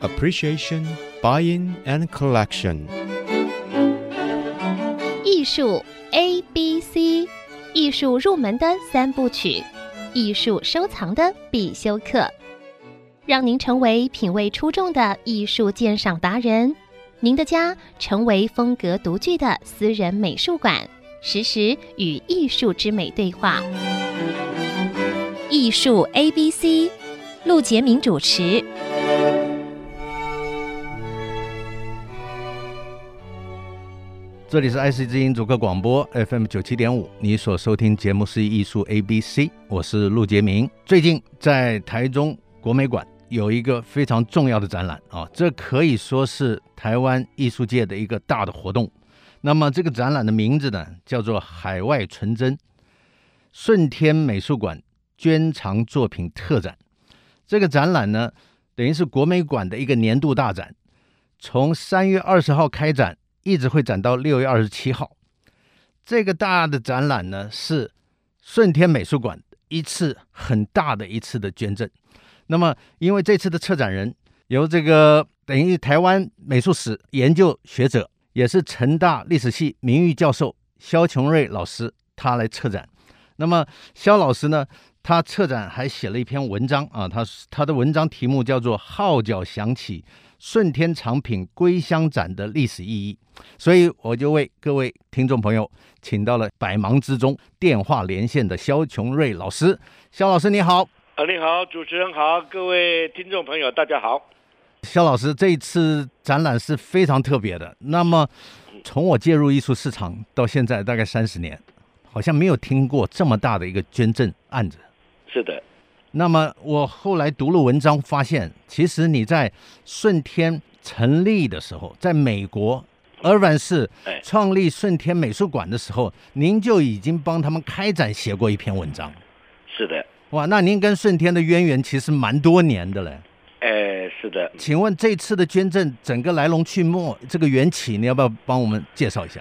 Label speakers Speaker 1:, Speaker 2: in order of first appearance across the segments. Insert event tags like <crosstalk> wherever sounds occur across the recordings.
Speaker 1: appreciation, buying, and collection.
Speaker 2: 艺术 A B C，艺术入门的三部曲，艺术收藏的必修课，让您成为品味出众的艺术鉴赏达人，您的家成为风格独具的私人美术馆，实时与艺术之美对话。艺术 A B C，陆杰明主持。
Speaker 3: 这里是 IC 之音主客广播 FM 九七点五，你所收听节目是艺术 ABC，我是陆杰明。最近在台中国美馆有一个非常重要的展览啊，这可以说是台湾艺术界的一个大的活动。那么这个展览的名字呢，叫做《海外纯真顺天美术馆捐藏作品特展》。这个展览呢，等于是国美馆的一个年度大展，从三月二十号开展。一直会展到六月二十七号。这个大的展览呢，是顺天美术馆一次很大的一次的捐赠。那么，因为这次的策展人由这个等于台湾美术史研究学者，也是成大历史系名誉教授肖琼瑞老师，他来策展。那么，肖老师呢，他策展还写了一篇文章啊，他他的文章题目叫做《号角响起：顺天藏品归乡展的历史意义》。所以我就为各位听众朋友请到了百忙之中电话连线的肖琼瑞老师。肖老师你好，
Speaker 4: 啊，你好，主持人好，各位听众朋友，大家好。
Speaker 3: 肖老师，这一次展览是非常特别的。那么，从我介入艺术市场到现在大概三十年，好像没有听过这么大的一个捐赠案子。
Speaker 4: 是的，
Speaker 3: 那么我后来读了文章，发现其实你在顺天成立的时候，在美国尔湾市
Speaker 4: 哎
Speaker 3: 创立顺天美术馆的时候，您就已经帮他们开展写过一篇文章。
Speaker 4: 是的，
Speaker 3: 哇，那您跟顺天的渊源其实蛮多年的嘞。
Speaker 4: 哎，是的，
Speaker 3: 请问这次的捐赠整个来龙去脉，这个缘起，你要不要帮我们介绍一下？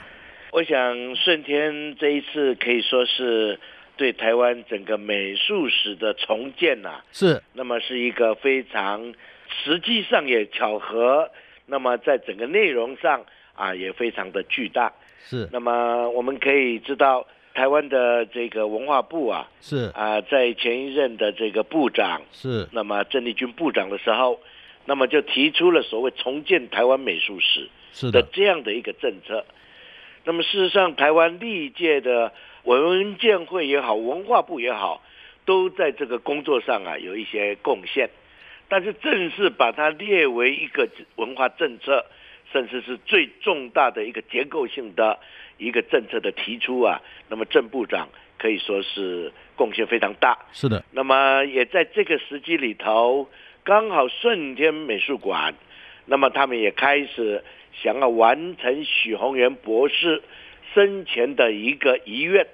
Speaker 4: 我想顺天这一次可以说是对台湾整个美术史的重建呐、
Speaker 3: 是
Speaker 4: 那么是一个非常实际上也巧合，那么在整个内容上啊也非常的巨大。
Speaker 3: 是
Speaker 4: 那么我们可以知道，台湾的这个文化部啊
Speaker 3: 是
Speaker 4: 啊，在前一任的这个部长
Speaker 3: 是
Speaker 4: 那么郑丽君部长的时候，那么就提出了所谓重建台湾美术史
Speaker 3: 是
Speaker 4: 的
Speaker 3: 的，
Speaker 4: 这样的一个政策。那么事实上，台湾历届的文建会也好，文化部也好，都在这个工作上啊有一些贡献，但是正式把它列为一个文化政策，甚至是最重大的一个结构性的一个政策的提出啊，那么郑部长可以说是贡献非常大。
Speaker 3: 是的，
Speaker 4: 那么也在这个时机里头，刚好顺天美术馆，那么他们也开始想要完成许宏源博士生前的一个遗愿，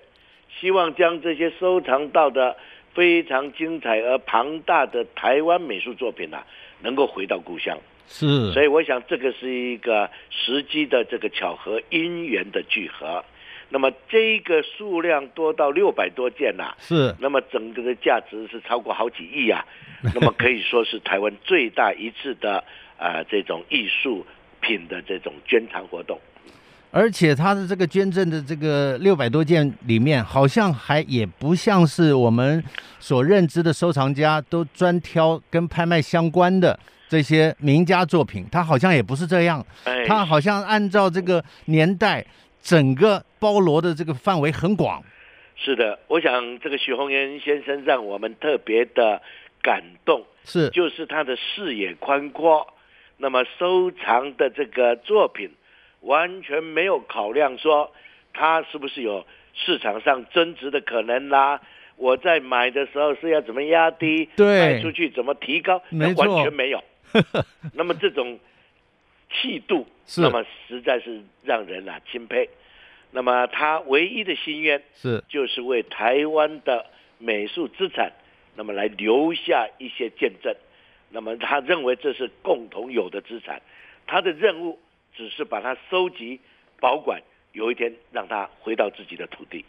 Speaker 4: 希望将这些收藏到的非常精彩而庞大的台湾美术作品啊，能够回到故乡。
Speaker 3: 是
Speaker 4: 所以我想这个是一个时机的这个巧合因缘的聚合。那么这个数量多到六百多件呐、
Speaker 3: 是
Speaker 4: 那么整个的价值是超过好几亿啊，那么可以说是台湾最大一次的啊、呃这种艺术品的这种捐藏活动。
Speaker 3: 而且它的这个捐赠的这个六百多件里面，好像还也不像是我们所认知的收藏家都专挑跟拍卖相关的这些名家作品，它好像也不是这样，
Speaker 4: 哎，
Speaker 3: 它好像按照这个年代整个包罗的这个范围很广。
Speaker 4: 是的，我想这个许宏源先生让我们特别的感动，
Speaker 3: 是
Speaker 4: 就是他的视野宽阔，那么收藏的这个作品完全没有考量说它是不是有市场上增值的可能啦、我在买的时候是要怎么压低，
Speaker 3: 对
Speaker 4: 卖出去怎么提高，那
Speaker 3: 没错
Speaker 4: 完全
Speaker 3: <laughs>
Speaker 4: 没有。那么这种气度，
Speaker 3: 是
Speaker 4: 那么实在是让人啊钦佩。那么他唯一的心愿
Speaker 3: 是
Speaker 4: 就是为台湾的美术资产，那么来留下一些见证。那么他认为这是共同有的资产，他的任务只是把它收集、保管，有一天让它回到自己的土地。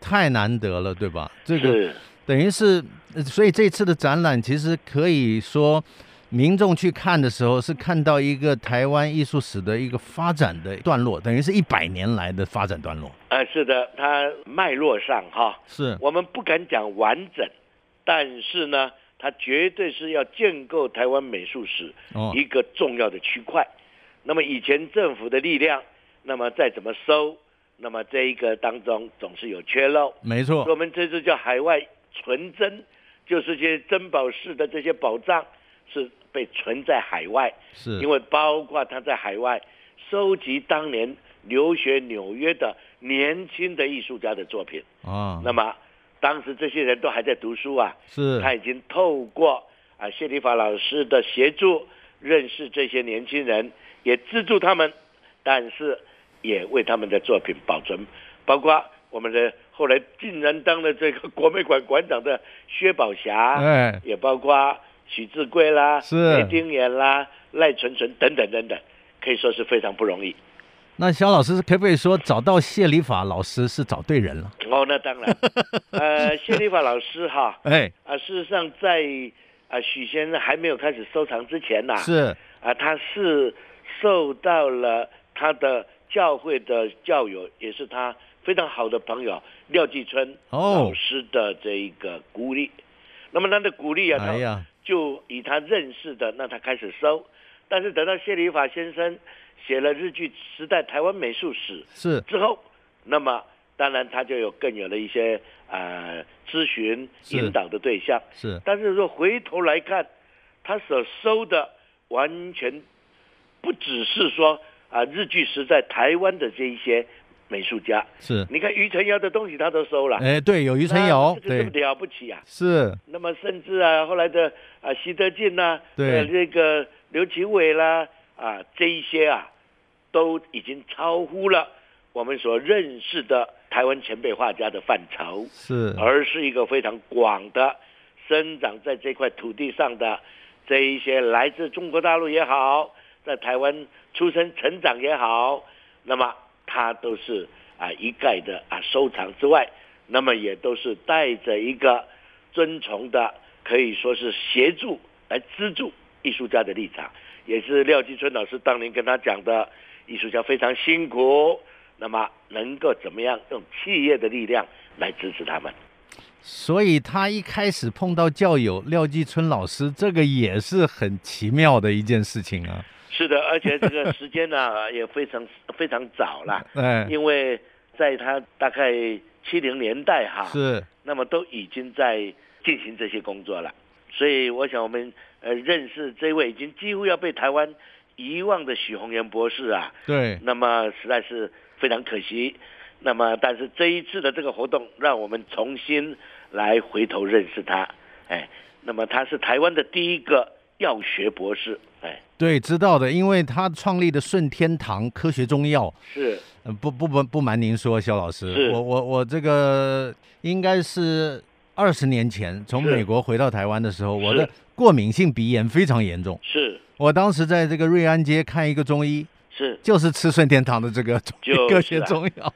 Speaker 3: 太难得了，对吧？这个
Speaker 4: 是
Speaker 3: 等于是，呃所以这次的展览其实可以说，民众去看的时候，是看到一个台湾艺术史的一个发展的段落，等于是一百年来的发展段落。
Speaker 4: 呃，是的，它脉络上哈，
Speaker 3: 是
Speaker 4: 我们不敢讲完整，但是呢，它绝对是要建构台湾美术史
Speaker 3: 哦
Speaker 4: 一个重要的区块。那么以前政府的力量，那么再怎么收，那么这一个当中总是有缺漏。
Speaker 3: 没
Speaker 4: 所以我
Speaker 3: 错，
Speaker 4: 们这次叫海外存珍，就是这些珍宝式的这些宝藏是被存在海外，
Speaker 3: 是
Speaker 4: 因为包括他在海外收集当年留学纽约的年轻的艺术家的作品。
Speaker 3: 啊，
Speaker 4: 那么当时这些人都还在读书啊，
Speaker 3: 是
Speaker 4: 他已经透过啊谢立法老师的协助，认识这些年轻人，也资助他们，但是也为他们的作品保存，包括我们的后来竟然当了这个国美馆馆长的薛宝霞，
Speaker 3: 哎
Speaker 4: 也包括许志贵啦、
Speaker 3: 是
Speaker 4: 雷丁岩啦、赖纯纯等等等等，可以说是非常不容易。
Speaker 3: 那肖老师可不可以说找到谢礼法老师是找对人了？
Speaker 4: 哦，那当
Speaker 3: <laughs>
Speaker 4: 然，呃，谢立法老师哈，
Speaker 3: 哎，
Speaker 4: 啊，事实上在啊许先生还没有开始收藏之前呐、
Speaker 3: 哎是
Speaker 4: 啊，他是受到了他的教会的教友，也是他非常好的朋友廖继春
Speaker 3: 哦
Speaker 4: 老师的这一个鼓励。那么他的鼓励啊，
Speaker 3: 哎呀
Speaker 4: 就以他认识的，那他开始收。但是等到谢礼法先生写了日据时代台湾美术史，
Speaker 3: 是
Speaker 4: 之后，那么当然他就有更有了一些呃咨询
Speaker 3: 是
Speaker 4: 引导的对象。
Speaker 3: 是，
Speaker 4: 但是说回头来看，他所收的完全不只是说啊、日据时代台湾的这一些美术家，
Speaker 3: 是，
Speaker 4: 你看于承尧的东西他都收了，
Speaker 3: 哎，对，有余承尧，
Speaker 4: 嗯那这
Speaker 3: 对
Speaker 4: 个这，么了不起啊！
Speaker 3: 是
Speaker 4: 那么甚至啊，后来的啊，习德进呐、
Speaker 3: 对
Speaker 4: 呃这个刘奇伟啦，啊，这一些啊，都已经超乎了我们所认识的台湾前辈画家的范畴，
Speaker 3: 是，
Speaker 4: 而是一个非常广的生长在这块土地上的这一些来自中国大陆也好，在台湾出生成长也好，那么他都是啊一概的啊收藏之外，那么也都是带着一个尊崇的，可以说是协助来资助艺术家的立场，也是廖继春老师当年跟他讲的，艺术家非常辛苦，那么能够怎么样用企业的力量来支持他们。
Speaker 3: 所以他一开始碰到教友廖继春老师，这个也是很奇妙的一件事情啊。
Speaker 4: 是的，而且这个时间
Speaker 3: <laughs>
Speaker 4: 呢、也非常非常早了，
Speaker 3: 哎，
Speaker 4: 因为在他大概七零年代哈，
Speaker 3: 是
Speaker 4: 那么都已经在进行这些工作了。所以我想我们呃认识这位已经几乎要被台湾遗忘的许宏源博士啊，
Speaker 3: 对，
Speaker 4: 那么实在是非常可惜。那么但是这一次的这个活动，让我们重新来回头认识他。哎，那么他是台湾的第一个药学博士。哎，
Speaker 3: 对，知道的，因为他创立的顺天堂科学中药，
Speaker 4: 是
Speaker 3: 呃、不不不不瞒您说，肖老师
Speaker 4: 是，
Speaker 3: 我我我这个应该是二十年前从
Speaker 4: 是
Speaker 3: 美国回到台湾的时候，我
Speaker 4: 是
Speaker 3: 的过敏性鼻炎非常严重，
Speaker 4: 是
Speaker 3: 我当时在这个瑞安街看一个中医，
Speaker 4: 是，
Speaker 3: 就是吃顺天堂的这个中
Speaker 4: 就是
Speaker 3: 科学
Speaker 4: 啊
Speaker 3: 中药，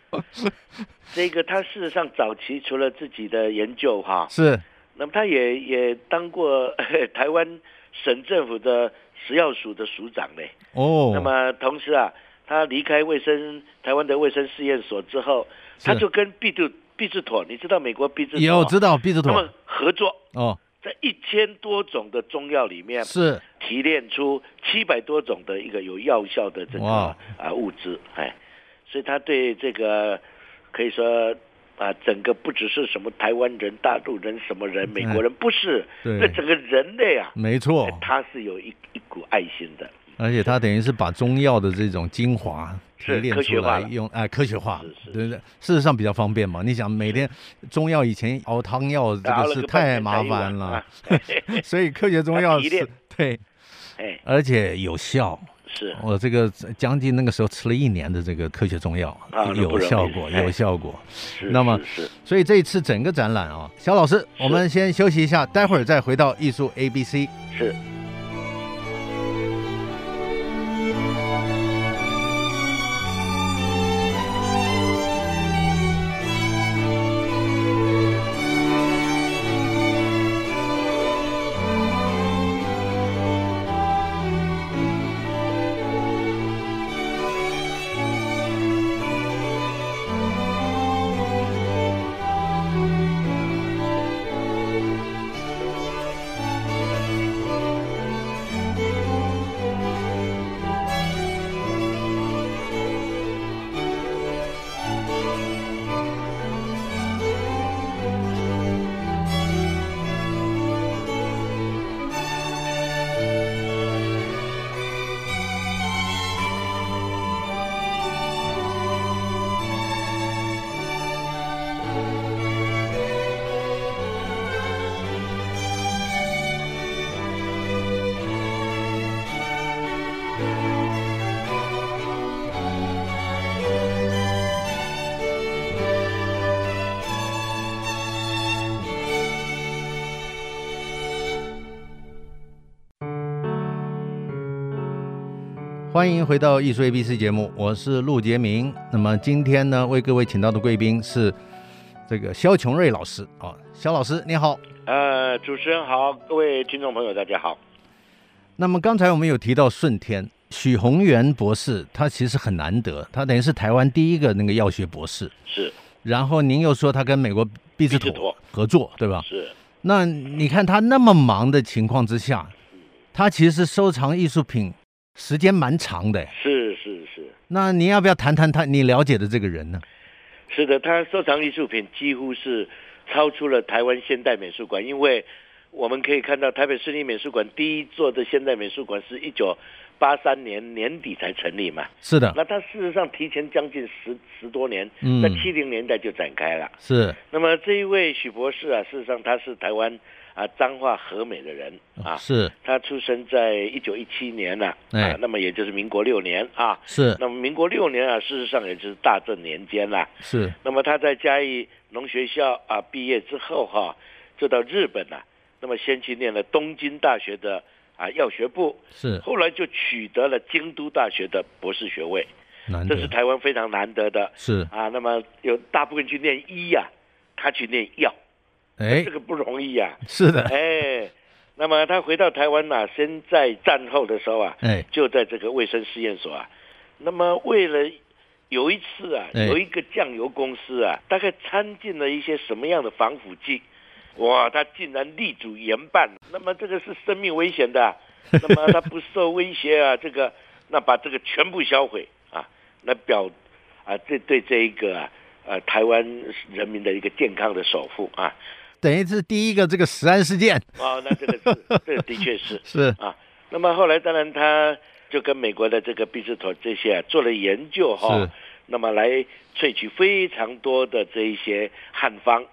Speaker 4: 这个他事实上早期除了自己的研究哈，
Speaker 3: 是
Speaker 4: 那么他也也当过 <laughs> 台湾省政府的食药署的署长嘞。
Speaker 3: 哦，
Speaker 4: 那么同时啊，他离开卫生台湾的卫生试验所之后，
Speaker 3: 是
Speaker 4: 他就跟毕杜毕志妥，你知道美国毕志妥
Speaker 3: 有知道避之
Speaker 4: 哦那
Speaker 3: 妥
Speaker 4: 么合作，
Speaker 3: 哦，
Speaker 4: 在一千多种的中药里面
Speaker 3: 是
Speaker 4: 提炼出七百多种的一个有药效的这个
Speaker 3: 哇
Speaker 4: 啊、物质，哎，所以他对这个可以说。啊，整个不只是什么台湾人、大陆人、什么人、美国人，不是，
Speaker 3: 对
Speaker 4: 这整个人类啊，
Speaker 3: 没错，
Speaker 4: 他是有一一股爱心的。
Speaker 3: 而且它等于是把中药的这种精华提
Speaker 4: 是
Speaker 3: 炼
Speaker 4: 科
Speaker 3: 出
Speaker 4: 学化
Speaker 3: 来
Speaker 4: 了
Speaker 3: 用，哎，科学化
Speaker 4: 是，是
Speaker 3: 对不对？事实上比较方便嘛。你想每天中药以前熬汤药，这
Speaker 4: 熬
Speaker 3: 个
Speaker 4: 了
Speaker 3: 是
Speaker 4: 个半
Speaker 3: 太
Speaker 4: 天
Speaker 3: 麻
Speaker 4: 才一碗
Speaker 3: 烦了
Speaker 4: 啊，
Speaker 3: 所以科学
Speaker 4: <laughs>
Speaker 3: 中药
Speaker 4: 它提炼
Speaker 3: 是对，
Speaker 4: 哎，
Speaker 3: 而且有效。
Speaker 4: 是
Speaker 3: 我这个将近那个时候吃了一年的这个科学中药，
Speaker 4: 啊那不
Speaker 3: 有
Speaker 4: 容易
Speaker 3: 效果，
Speaker 4: 哎
Speaker 3: 有效果。
Speaker 4: 是，
Speaker 3: 那么
Speaker 4: 是是
Speaker 3: 所以这一次整个展览啊，肖老师，我们先休息一下，待会儿再回到艺术 A B C。
Speaker 4: 是
Speaker 3: 欢迎回到艺术 ABC 节目，我是陆杰明。那么今天呢，为各位请到的贵宾是这个肖琼瑞老师啊，肖老师你好。
Speaker 4: 呃，主持人好，各位听众朋友大家好。
Speaker 3: 那么刚才我们有提到顺天，许宏源博士，他其实很难得，他等于是台湾第一个那个药学博士。
Speaker 4: 是
Speaker 3: 然后您又说他跟美国毕志
Speaker 4: 毕志
Speaker 3: 妥
Speaker 4: 妥
Speaker 3: 合作，对吧？
Speaker 4: 是，
Speaker 3: 那你看他那么忙的情况之下，他其实收藏艺术品时间蛮长的。
Speaker 4: 是是是
Speaker 3: 那您要不要谈谈他你了解的这个人呢？
Speaker 4: 是的，他收藏艺术品几乎是超出了台湾现代美术馆，因为我们可以看到台北市立美术馆第一座的现代美术馆是一九八三年年底才成立嘛，
Speaker 3: 是的，
Speaker 4: 那他事实上提前将近十十多年
Speaker 3: 啊嗯，
Speaker 4: 在七零年代就展开了。
Speaker 3: 是
Speaker 4: 那么这一位许博士啊，事实上他是台湾啊彰化和美的人啊，
Speaker 3: 是
Speaker 4: 他出生在一九一七年呐、啊，
Speaker 3: 哦哎
Speaker 4: 那么也就是民国六年啊，
Speaker 3: 是
Speaker 4: 那么民国六年啊，事实上也就是大正年间啦、
Speaker 3: 是
Speaker 4: 那么他在嘉义农学校啊毕业之后哈、就到日本呐、那么先去念了东京大学的啊药学部，
Speaker 3: 是，
Speaker 4: 后来就取得了京都大学的博士学位，
Speaker 3: 难
Speaker 4: 这是
Speaker 3: 得
Speaker 4: 台湾非常难得的
Speaker 3: 是
Speaker 4: 啊。那么有大部分去念医呀、他去念药，
Speaker 3: 哎
Speaker 4: 这，个不容易呀、
Speaker 3: 是 <laughs> 的，
Speaker 4: 哎，那么他回到台湾呐、先在战后的时候啊，
Speaker 3: 哎
Speaker 4: 就在这个卫生试验所啊。那么为了有一次啊，
Speaker 3: 哎
Speaker 4: 有一个酱油公司啊，大概掺进了一些什么样的防腐剂，哇，他竟然力主严办。那么这个是生命危险的
Speaker 3: <laughs>
Speaker 4: 啊、那么他不受威胁啊，这个那把这个全部销毁啊，那表啊，这对这一个啊，呃，台湾人民的一个健康的守护啊。
Speaker 3: 等于是第一个这个食安事件
Speaker 4: <laughs> 哦，那这个是，这个的确是
Speaker 3: 是
Speaker 4: 啊。那么后来，当然他就跟美国的这个毕志妥这些啊做了研究哈、
Speaker 3: 是
Speaker 4: 那么来萃取非常多的这一些汉方。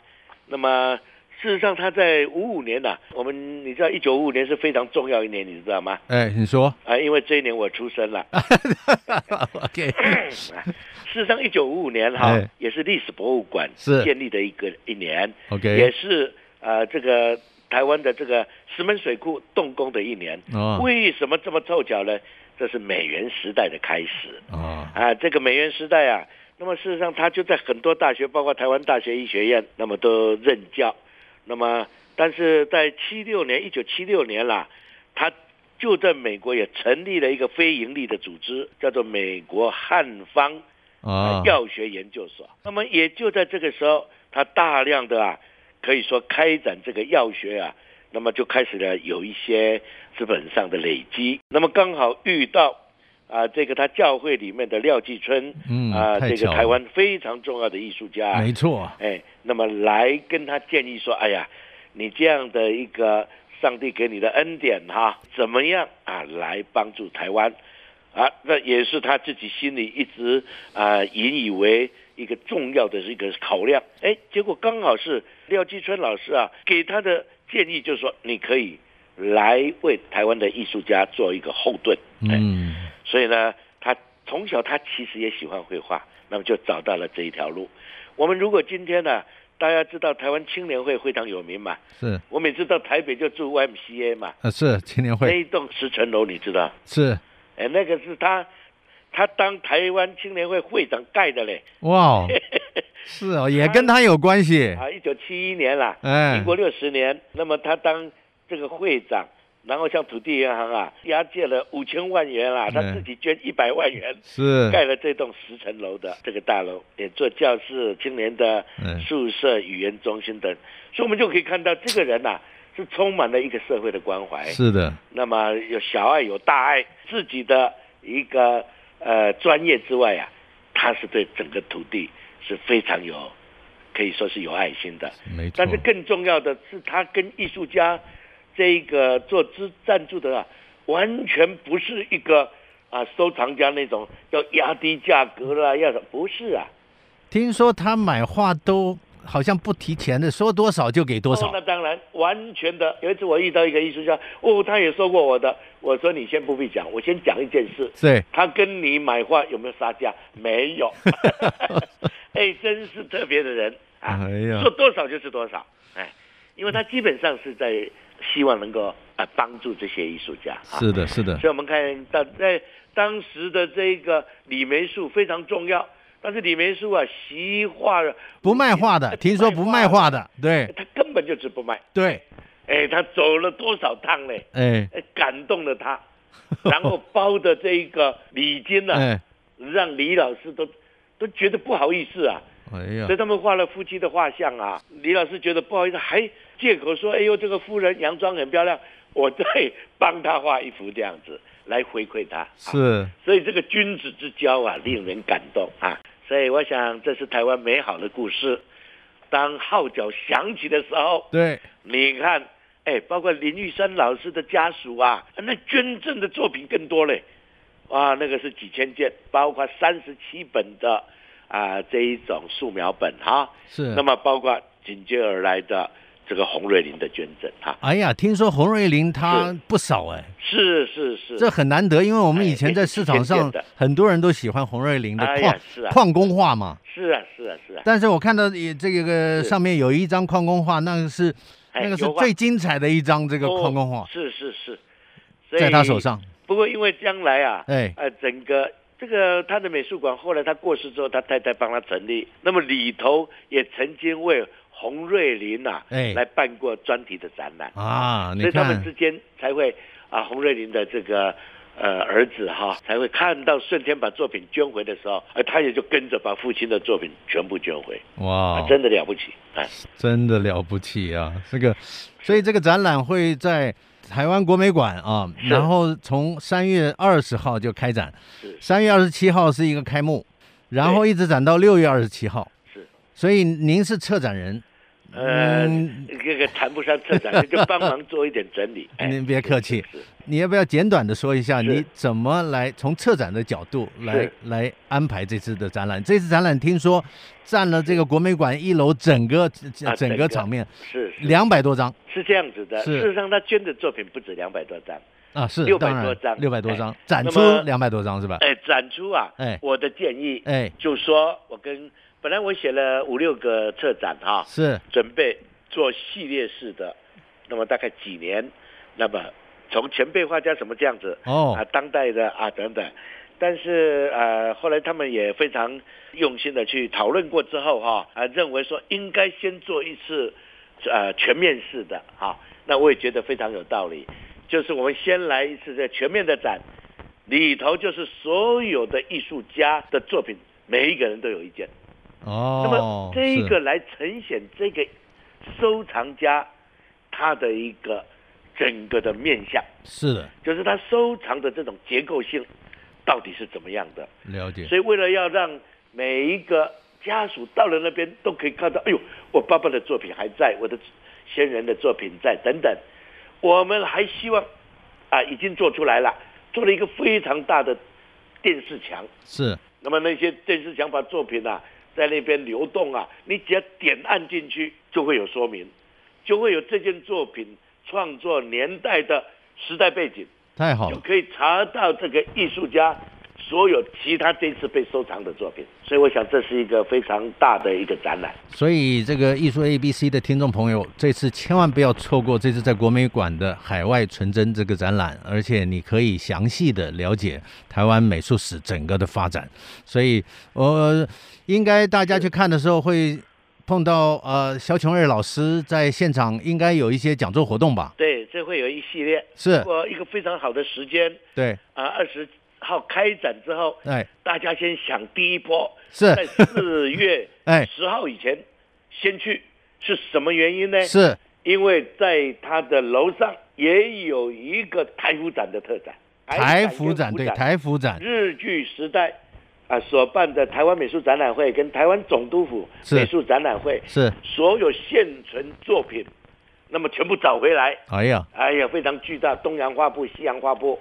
Speaker 4: 那么事实上，他在五五年呐、我们你知道，一九五五年是非常重要一年，你知道吗？
Speaker 3: 哎，你说
Speaker 4: 啊，因为这一年我出
Speaker 3: <laughs>
Speaker 4: 生了。啊 <laughs>
Speaker 3: OK
Speaker 4: 事实上，一九五五年哈、
Speaker 3: 哎
Speaker 4: 也是历史博物馆
Speaker 3: 是
Speaker 4: 建立的一个一年，也
Speaker 3: OK
Speaker 4: 是呃这个台湾的这个石门水库动工的一年。
Speaker 3: 哦
Speaker 4: 为什么这么凑巧呢？这是美元时代的开始
Speaker 3: 哦
Speaker 4: 啊！这个美元时代啊，那么事实上他就在很多大学，包括台湾大学医学院，那么都任教。那么，但是在七六年，一九七六年啦，他就在美国也成立了一个非盈利的组织，叫做美国汉方
Speaker 3: 哦
Speaker 4: 啊药学研究所。那么也就在这个时候，他大量的啊，可以说开展这个药学啊，那么就开始了有一些资本上的累积。那么刚好遇到啊，这个他教会里面的廖继春，
Speaker 3: 嗯
Speaker 4: 啊，
Speaker 3: 太
Speaker 4: 这个
Speaker 3: 巧了
Speaker 4: 台湾非常重要的艺术家啊，
Speaker 3: 没错
Speaker 4: 哎，那么来跟他建议说，哎呀，你这样的一个上帝给你的恩典哈、怎么样啊来帮助台湾？啊，那也是他自己心里一直啊、引以为一个重要的一个考量。哎，结果刚好是廖继春老师啊给他的建议，就是说你可以来为台湾的艺术家做一个后盾。哎
Speaker 3: 嗯
Speaker 4: 所以呢，他从小他其实也喜欢绘画，那么就找到了这一条路。我们如果今天呢，大家知道台湾青年会非常有名嘛，
Speaker 3: 是
Speaker 4: 我每次到台北就住 YMCA 嘛，
Speaker 3: 呃是青年
Speaker 4: 那
Speaker 3: 会
Speaker 4: 一栋十层楼你知道？
Speaker 3: 是
Speaker 4: 哎，那个是他，他当台湾青年会会长盖的嘞， <laughs>
Speaker 3: 哇哦是哦也跟他有关系
Speaker 4: 啊，一九七一年啦，
Speaker 3: 哎
Speaker 4: 民国六十年，那么他当这个会长。然后向土地银行啊押借了五千万元啊，他
Speaker 3: 嗯
Speaker 4: 自己捐一百万元，
Speaker 3: 是
Speaker 4: 盖了这栋十层楼的这个大楼，也做教室、青年的
Speaker 3: 嗯
Speaker 4: 宿舍、语言中心等，所以我们就可以看到这个人呐、是充满了一个社会的关怀，
Speaker 3: 是的
Speaker 4: 那么有小爱有大爱，自己的一个呃专业之外啊，他是对整个土地是非常有，可以说是有爱心的。
Speaker 3: 没错
Speaker 4: 但是更重要的是，他跟艺术家这个做资赞助的、啊，完全不是一个啊收藏家那种要压低价格
Speaker 3: 嗯
Speaker 4: 啦，要什么不是啊？
Speaker 3: 听说他买画都好像不提钱的，说多少就给多
Speaker 4: 哦
Speaker 3: 少。
Speaker 4: 那当然，完全的。有一次我遇到一个艺术家，哦，他也说过我的，我说你先不必讲，我先讲一件事。
Speaker 3: 对，
Speaker 4: 他跟你买画有没有杀价？没
Speaker 3: <laughs>
Speaker 4: 有。哎，真是特别的人啊！
Speaker 3: 哎呀
Speaker 4: 说多少就是多少，哎，因为他基本上是在希望能够呃帮助这些艺术家啊。
Speaker 3: 是的，是的
Speaker 4: 所，以我们看到在当时的这个李梅树非常重要，但是李梅树啊，习画了哎
Speaker 3: 不卖画
Speaker 4: <laughs>
Speaker 3: 的，听说不卖画，的，对
Speaker 4: 他根本就是不卖。
Speaker 3: 对，
Speaker 4: 哎，他走了多少趟嘞？
Speaker 3: 哎
Speaker 4: 哎，感动了
Speaker 3: <laughs>
Speaker 4: 他，然后包的这一个礼金啊呢、
Speaker 3: 哎，
Speaker 4: 让李老师都都觉得不好意思啊。
Speaker 3: 哎呀
Speaker 4: 所以，他们画了夫妻的画像啊。李老师觉得不好意思，还借口说：“哎呦，这个夫人洋装很漂亮，我再帮她画一幅这样子来回馈她。”啊，
Speaker 3: 是
Speaker 4: 所以这个君子之交啊，令人感动啊。所以我想，这是台湾美好的故事。当号角响起的时候，
Speaker 3: 对，
Speaker 4: 你看，哎，包括林玉山老师的家属啊，那捐赠的作品更多嘞，啊，那个是几千件，包括三十七本的啊这一种素描本哈、
Speaker 3: 是
Speaker 4: 那。么包括紧接而来的这个洪瑞麟的捐赠哈、
Speaker 3: 哎呀，听说洪瑞林他
Speaker 4: 是
Speaker 3: 不少哎，
Speaker 4: 是是是，
Speaker 3: 这很难得，因为我们
Speaker 4: 哎
Speaker 3: 以前在市场
Speaker 4: 渐
Speaker 3: 上
Speaker 4: 渐的
Speaker 3: 很多人都喜欢洪瑞林的
Speaker 4: 哎呀
Speaker 3: 矿
Speaker 4: 是啊
Speaker 3: 矿工画嘛。
Speaker 4: 是啊是啊是啊，
Speaker 3: 但是我看到也这个
Speaker 4: 是
Speaker 3: 上面有一张矿工画，那个是
Speaker 4: 哎
Speaker 3: 那个是
Speaker 4: 油画
Speaker 3: 最精彩的一张这
Speaker 4: 这
Speaker 3: 个矿工画，
Speaker 4: 哦是是是，所以
Speaker 3: 在他手。上。
Speaker 4: 不过因为将来啊，
Speaker 3: 哎
Speaker 4: 呃，整个这个他的美术馆，后来他过世之后，他太太帮他成立。那么里头也曾经为洪瑞麟呐、啊，
Speaker 3: 哎
Speaker 4: 来办过专题的展览，
Speaker 3: 啊，
Speaker 4: 所
Speaker 3: 你
Speaker 4: 以他们
Speaker 3: 看
Speaker 4: 之间才会啊，洪瑞麟的这个。呃，儿子哈才会看到顺天把作品捐回的时候，呃，他也就跟着把父亲的作品全部捐回，
Speaker 3: 哇
Speaker 4: 啊，，真的了不起啊！
Speaker 3: 真的了不起啊！这个，所以这个展览会在台湾国美馆啊，
Speaker 4: 是
Speaker 3: 然后从三月二十号就开展
Speaker 4: 是，
Speaker 3: 三月二十七号是一个开幕，然后一直展到六月二十七号。
Speaker 4: 是，
Speaker 3: 所以您是策展人，
Speaker 4: 呃，
Speaker 3: 嗯
Speaker 4: 这个谈不上策
Speaker 3: <laughs>
Speaker 4: 展，就帮忙做一点整理。哎
Speaker 3: 您别客气
Speaker 4: 是是是
Speaker 3: 你要不要简短的说一下
Speaker 4: 是
Speaker 3: 你怎么来从策展的角度来
Speaker 4: 是
Speaker 3: 来安排这次的展览？这次展览听说占了这个国美馆一楼整个
Speaker 4: 啊
Speaker 3: 整
Speaker 4: 整
Speaker 3: 个
Speaker 4: 个
Speaker 3: 场面
Speaker 4: 是是
Speaker 3: 两百多张
Speaker 4: 是这样子的，
Speaker 3: 是
Speaker 4: 事实上他捐的作品不止两百多张，
Speaker 3: 啊，是
Speaker 4: 600
Speaker 3: 当然
Speaker 4: 多张哎
Speaker 3: 六百多张，展
Speaker 4: 那
Speaker 3: 出
Speaker 4: 么
Speaker 3: 两百多张是吧？
Speaker 4: 哎，展出啊，
Speaker 3: 哎
Speaker 4: 我的建议，
Speaker 3: 哎，
Speaker 4: 就说我跟本来我写了五六个策展哈、
Speaker 3: 是
Speaker 4: 准备做系列式的，那么大概几年，那么从前辈画家什么这样子，
Speaker 3: 哦
Speaker 4: 啊，当代的啊等等。但是呃，后来他们也非常用心的去讨论过之后哈，啊，认为说应该先做一次呃全面式的啊，那我也觉得非常有道理，就是我们先来一次这全面的展，里头就是所有的艺术家的作品，每一个人都有意见。那么
Speaker 3: 哦，
Speaker 4: 这一
Speaker 3: 是
Speaker 4: 个来呈现这个收藏家他的一个整个的面相，
Speaker 3: 是的，
Speaker 4: 就是他收藏的这种结构性到底是怎么样的。
Speaker 3: 了解
Speaker 4: 所以为了要让每一个家属到了那边都可以看到，哎呦，我爸爸的作品还在，我的先人的作品在等等，我们还希望啊，已经做出来了，做了一个非常大的电视墙。
Speaker 3: 是
Speaker 4: 那么那些电视想法作品啊，在那边流动啊，你只要点按进去，就会有说明，就会有这件作品创作年代的时代背景，
Speaker 3: 太好
Speaker 4: 就
Speaker 3: 了，
Speaker 4: 可以查到这个艺术家所有其他这次被收藏的作品。所以我想这是一个非常大的一个展览。
Speaker 3: 所以这个艺术 A B C 的听众朋友，这次千万不要错过这次在国美馆的海外纯真这个展览，而且你可以详细的了解台湾美术史整个的发展。所以，我、应该大家去看的时候会碰到呃肖琼瑞老师在现场，应该有一些讲座活动吧？
Speaker 4: 对，这会有一系列，
Speaker 3: 是，
Speaker 4: 过一个非常好的时间
Speaker 3: 对，
Speaker 4: 啊，二十号开展之
Speaker 3: <laughs>
Speaker 4: 后，
Speaker 3: 哎，
Speaker 4: 大家先想第
Speaker 3: <laughs>
Speaker 4: 一波，
Speaker 3: 是
Speaker 4: 在四月
Speaker 3: <laughs> 哎
Speaker 4: 十号以前先去，是什么原因呢？
Speaker 3: 是
Speaker 4: 因为在他的楼上也有一个台服展的特展，
Speaker 3: 台
Speaker 4: 服
Speaker 3: 服展对台服展
Speaker 4: 日据时代啊所办的台湾美术展览会跟台湾总督府
Speaker 3: 是
Speaker 4: 美术展览会，
Speaker 3: 是，
Speaker 4: 所有现存作品，那么全部找回来。
Speaker 3: 哎呀，
Speaker 4: 哎呀，非常巨大，东洋画布、西洋画布，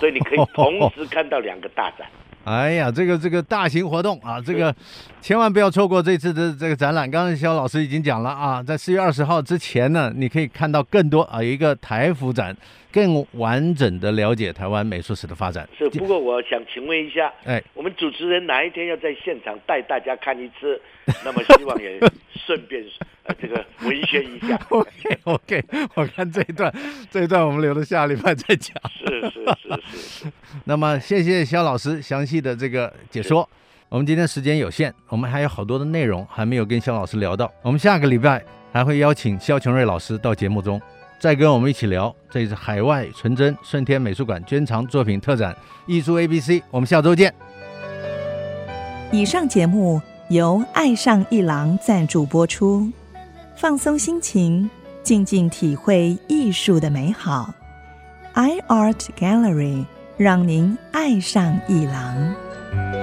Speaker 4: 所以你可以同时看到两个大展。
Speaker 3: 哎呀，这个这个大型活动啊，这个千万不要错过这次的这个展览。刚刚肖老师已经讲了啊，在四月二十号之前呢，你可以看到更多啊，有一个台服展，更完整的了解台湾美术史的发展。
Speaker 4: 是，不过我想请问一下，
Speaker 3: 哎，。
Speaker 4: 我们主持人哪一天要在现场带大家看一次？那么希望也顺便呃这个文宣一下
Speaker 3: OK OK，我看这一段，这一段我们留到下礼拜再讲。
Speaker 4: 是是是是是，
Speaker 3: 那么谢谢肖老师详细的这个解说。我们今天时间有限，我们还有好多的内容还没有跟肖老师聊到。我们下个礼拜还会邀请肖琼瑞老师到节目中，再跟我们一起聊这次海外纯真顺天美术馆捐藏作品特展《艺术 A B C》。我们下周见。
Speaker 5: 以上节目由爱上一郎赞助播出，放松心情，静静体会艺术的美好。iArt Gallery 让您爱上一郎。